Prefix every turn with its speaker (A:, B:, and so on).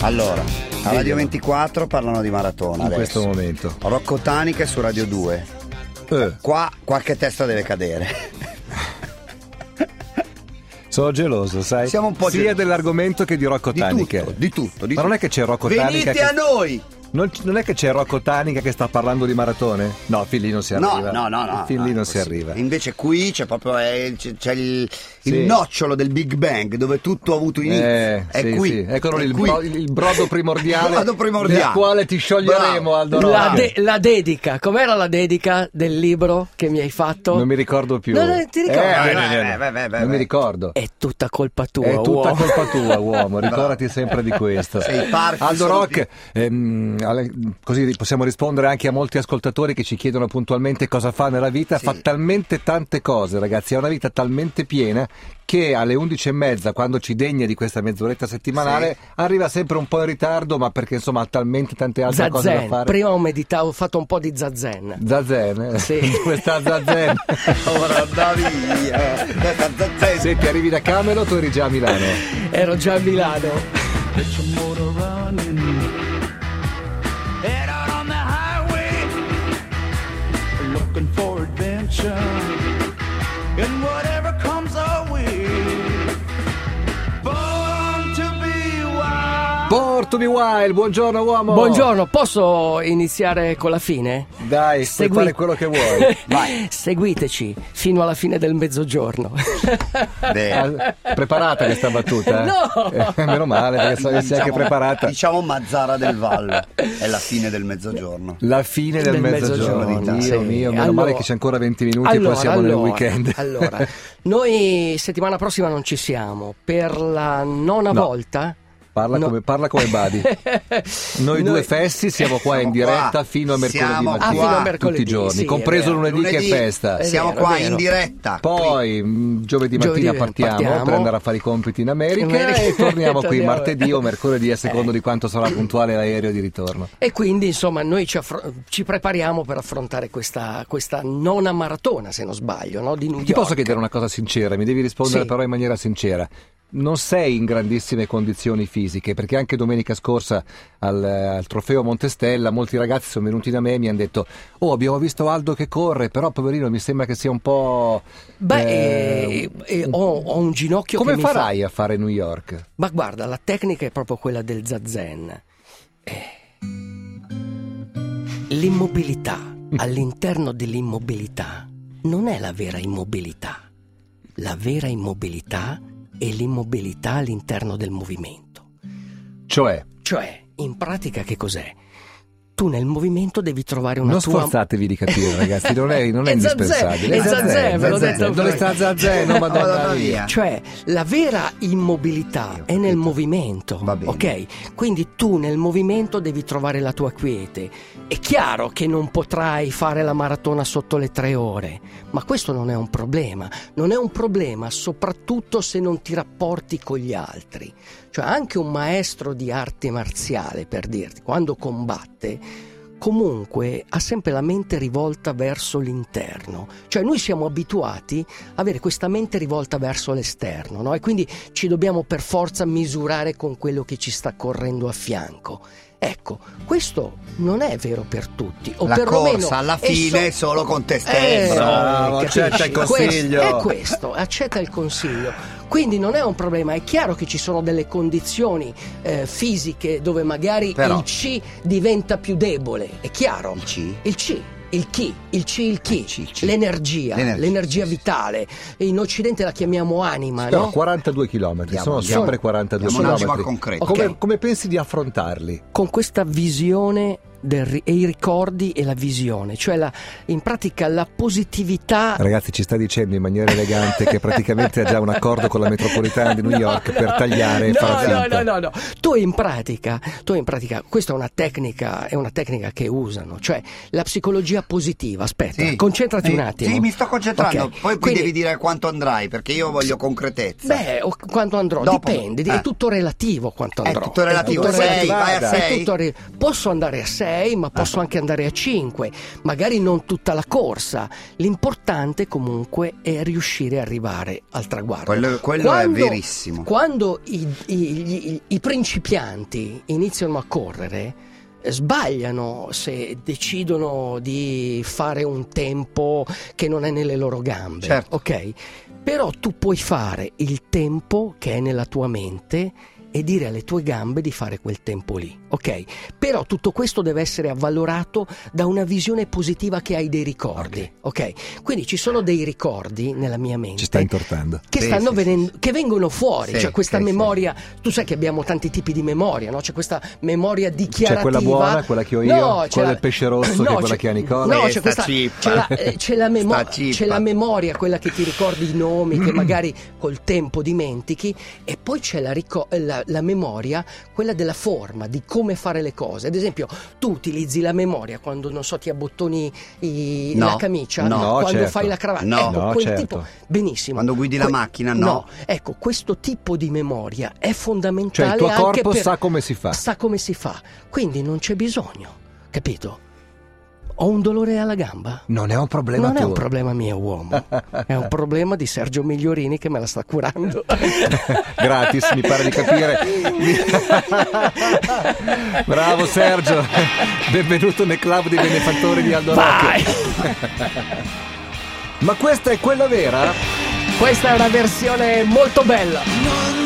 A: Allora, a Radio 24 parlano di maratona.
B: in
A: adesso.
B: questo momento.
A: Rocco Tani che è su Radio 2.
B: Eh,
A: Qua qualche testa deve cadere.
B: sono geloso, sai?
A: Siamo un po'
B: Sia
A: gelosi.
B: dell'argomento che di Rocco
A: Di
B: Tanica.
A: tutto, di tutto. di
B: Ma non è
A: tutto.
B: che c'è Rocco
A: Venite
B: Tanica che-
A: a noi!
B: Non, non è che c'è Rocco Tanica che sta parlando di maratone? No, fin lì non si
A: No,
B: arriva.
A: no, no, no.
B: Fin lì
A: no,
B: non si
A: sì.
B: arriva.
A: Invece qui c'è proprio eh, c'è, c'è il, il
B: Sì.
A: nocciolo del Big Bang dove tutto ha avuto inizio.
B: Eh,
A: è
B: sì,
A: qui.
B: sì. Eccolo
A: è
B: lì, il,
A: qui.
B: bro- il brodo primordiale.
A: Il brodo primordiale.
B: Del quale ti scioglieremo,
A: Bravo.
B: Aldo
C: La,
B: Rock.
C: de- la dedica, com'era la dedica del libro che mi hai fatto?
B: Non mi ricordo più.
C: No, no, ti ricordi?
B: Eh, no, no,
A: Beh,
B: no,
A: beh,
B: no.
A: beh, beh, beh.
B: Non mi ricordo.
C: È tutta colpa tua. oh.
B: È tutta
C: uomo.
B: colpa tua, uomo. Ricordati sempre di questo.
A: Sei parchi
B: Aldo
A: sono
B: Rock, ehm, alle- così possiamo rispondere anche a molti ascoltatori che ci chiedono puntualmente cosa fa nella vita.
A: Sì.
B: Fa talmente tante cose, ragazzi. Ha una vita talmente piena che alle 11 e mezza, quando ci degna di questa mezz'oretta settimanale, arriva sempre un po' in ritardo, ma perché insomma ha talmente tante altre cose da
C: Zazen.
B: fare.
C: Prima ho meditato, ho fatto un po' di zazen.
B: Zazen, eh?
C: Sì.
B: questa Zazen.
A: Ora andavi via. Aspetta, aspetta.
B: Senti, arrivi da Camelot o eri già a Milano?
C: Ero già a Milano.
D: Get your motor running. Head out on the highway. Looking for adventure. And whatever comes our way. Born to be wild.
B: Born to be Wild, buongiorno uomo.
C: Buongiorno, posso iniziare con la fine?
B: Dai,
C: Segui-
B: puoi fare quello che vuoi.
C: Seguiteci fino alla fine del mezzogiorno.
A: Beh,
B: Ah, Preparata questa battuta? eh?
C: No!
B: Eh, meno male, perché so che sei anche
A: diciamo-
B: preparata.
A: Diciamo Mazzara del Vallo. È la fine del mezzogiorno.
B: La fine del,
C: Del
B: mezzogiorno.
A: mezzogiorno,
B: Dio
C: sì.
B: mio, meno
C: Allora-
B: male che c'è ancora 20 minuti e poi siamo nel weekend.
C: allora, noi settimana prossima non ci siamo. Per la nona
B: No.
C: volta.
B: Parla,
C: No.
B: come, parla come Buddy. Noi, due fessi siamo qua in
A: Siamo qua.
B: diretta fino a mercoledì
A: Siamo
B: mattina.
A: Ah, fino a
C: mercoledì,
B: Tutti i giorni,
C: sì, è
B: compreso
C: vero.
B: lunedì, che è festa.
C: È
A: Eh, Siamo
C: vero,
A: qua
C: è
A: in
C: vero.
A: diretta.
B: Poi mh, giovedì mattina
C: Giovedì
B: partiamo,
C: partiamo.
B: per andare a fare i compiti in America,
C: America.
B: e torniamo qui
C: Torniamo.
B: martedì o mercoledì a secondo
C: Eh.
B: di quanto sarà puntuale l'aereo di ritorno.
C: E quindi insomma noi ci, affro- ci prepariamo per affrontare questa, questa nona maratona, se non sbaglio, no? di New
B: Ti
C: York.
B: posso chiedere una cosa sincera, mi devi rispondere
C: Sì.
B: però in maniera sincera. Non sei in grandissime condizioni fisiche, perché anche domenica scorsa al, al trofeo Montestella molti ragazzi sono venuti da me e mi hanno detto Oh, abbiamo visto Aldo che corre, però poverino mi sembra che sia un po'...
C: Beh,
B: eh,
C: eh, eh, ho, ho un ginocchio
B: Come
C: che mi fa-
B: farai a fare New York?
C: Ma guarda, la tecnica è proprio quella del zazen. Eh. L'immobilità
B: Mm.
C: all'interno dell'immobilità non è la vera immobilità. La vera immobilità è l'immobilità all'interno del movimento.
B: Cioè,
C: Cioè, in pratica che cos'è? Tu nel movimento devi trovare una
B: non
C: tua...
B: sforzatevi di capire ragazzi, non è, non è,
C: È zazen,
B: indispensabile.
C: è zazen, ve l'ho
B: zazen.
C: detto
B: Dove
C: prima.
B: sta Zazen? No, madonna
A: Madonna
B: mia.
A: mia.
C: Cioè, la vera immobilità è nel movimento,
A: Va bene.
C: ok? Quindi tu nel movimento devi trovare la tua quiete. È chiaro che non potrai fare la maratona sotto le tre ore, ma questo non è un problema. Non è un problema soprattutto se non ti rapporti con gli altri. Cioè, anche un maestro di arte marziale, per dirti, quando combatte, comunque ha sempre la mente rivolta verso l'interno. Cioè, noi siamo abituati avere questa mente rivolta verso l'esterno, no? E quindi ci dobbiamo per forza misurare con quello che ci sta correndo a fianco. Ecco, questo non è vero per tutti, o
A: la
C: perlomeno
A: corsa alla
C: è so-
A: fine solo con te
C: eh,
A: stesso.
B: Bravo,
C: capisci?
B: accetta il
C: Questo-
B: consiglio.
C: è questo, accetta il consiglio. Quindi non è un problema, è chiaro che ci sono delle condizioni eh, fisiche dove magari
A: Però-
C: il C diventa più debole, è chiaro.
A: Il C.
C: Il C, il chi, il C, il chi,
A: Il chi, il chi.
C: l'energia,
A: L'energia,
C: l'energia,
A: sì, sì.
C: vitale. In Occidente la chiamiamo anima,
B: Però
C: no?
B: 42 km,
A: Andiamo,
B: sono
A: andiamo.
B: sempre 42
A: Andiamo un attimo
B: km.
A: al concreto.
B: Come,
C: Ok.
B: come pensi di affrontarli?
C: Con questa visione del ri- e i ricordi e la visione, cioè la- in pratica la positività
B: Ragazzi, ci sta dicendo in maniera elegante che praticamente ha già un accordo con la metropolitana di New
C: No,
B: York per tagliare e
C: no,
B: far
C: no,
B: finta.
C: no, no, no. Tu in pratica, tu in pratica, questa è una tecnica, è una tecnica che usano, cioè la psicologia positiva. Aspetta,
A: Sì.
C: concentrati
A: Sì,
C: un attimo.
A: Sì, mi sto concentrando.
C: Ok,
A: Poi poi
C: quindi-
A: devi dire quanto andrai, perché io voglio concretezza.
C: Beh, o quando andrò,
A: Dopo-
C: dipende,
A: eh.
C: è tutto relativo quanto
A: È
C: andrò.
A: tutto relativo,
B: sei, vai a
C: relativo.
A: sei? Ah.
C: È tutto re- Posso andare a 6, ma posso anche andare a 5, magari non tutta la corsa. L'importante comunque è riuscire a arrivare al traguardo.
A: Quello, quello
C: Quando-
A: è verissimo.
C: Quando i, i- gli- i principianti iniziano a correre, eh, sbagliano se decidono di fare un tempo che non è nelle loro gambe.
A: Certo.
C: Ok? Però tu puoi fare il tempo che è nella tua mente e dire alle tue gambe di fare quel tempo lì, ok? Però tutto questo deve essere avvalorato da una visione positiva che hai dei ricordi, ok? Quindi ci sono dei ricordi nella mia mente
B: Ci sta intortando. Cioè,
C: che,
A: Sì,
C: stanno
A: sì,
C: venendo-
A: sì, sì.
C: che vengono fuori,
A: Sì,
C: cioè questa
A: sì, sì.
C: memoria, tu sai che abbiamo tanti tipi di memoria, no? c'è questa memoria dichiarativa.
B: C'è quella buona, quella che ho io,
C: No,
B: quella
C: c'è la-
B: del pesce rosso, che è
C: No, cioè,
B: quella
C: c'è-
B: che ha Nicola.
C: No,
A: Eh,
C: c'è
A: sta
C: questa,
A: cippa.
C: c'è la, eh, c'è la memo-
A: Sta
C: c'è
A: cippa.
C: la memoria, quella che ti ricordi i nomi, che magari col tempo dimentichi, e poi c'è la, rico- la- la memoria, quella della forma, di come fare le cose. Ad esempio, tu utilizzi la memoria quando, non so, ti abbottoni i-
A: No,
C: la camicia,
A: no,
C: quando
B: certo.
C: fai la cravatta.
A: No.
C: ecco,
B: No,
C: quel
B: certo.
C: tipo, benissimo.
A: Quando guidi la
C: Que-
A: macchina, no.
C: No, ecco, questo tipo di memoria è
B: Cioè
C: fondamentale.
B: il tuo
C: anche
B: corpo
C: per-
B: sa come si fa.
C: sa come si fa, quindi non c'è bisogno, capito? Ho un dolore alla gamba?
B: Non è un problema
C: non è
B: tuo.
C: un problema mio, uomo. È un problema di Sergio Migliorini che me la sta curando.
B: Gratis, mi pare di capire. Bravo Sergio, benvenuto nel club dei benefattori di Aldo
C: Vai!
B: Rock. Ma questa è quella vera?
C: Questa è una versione molto bella.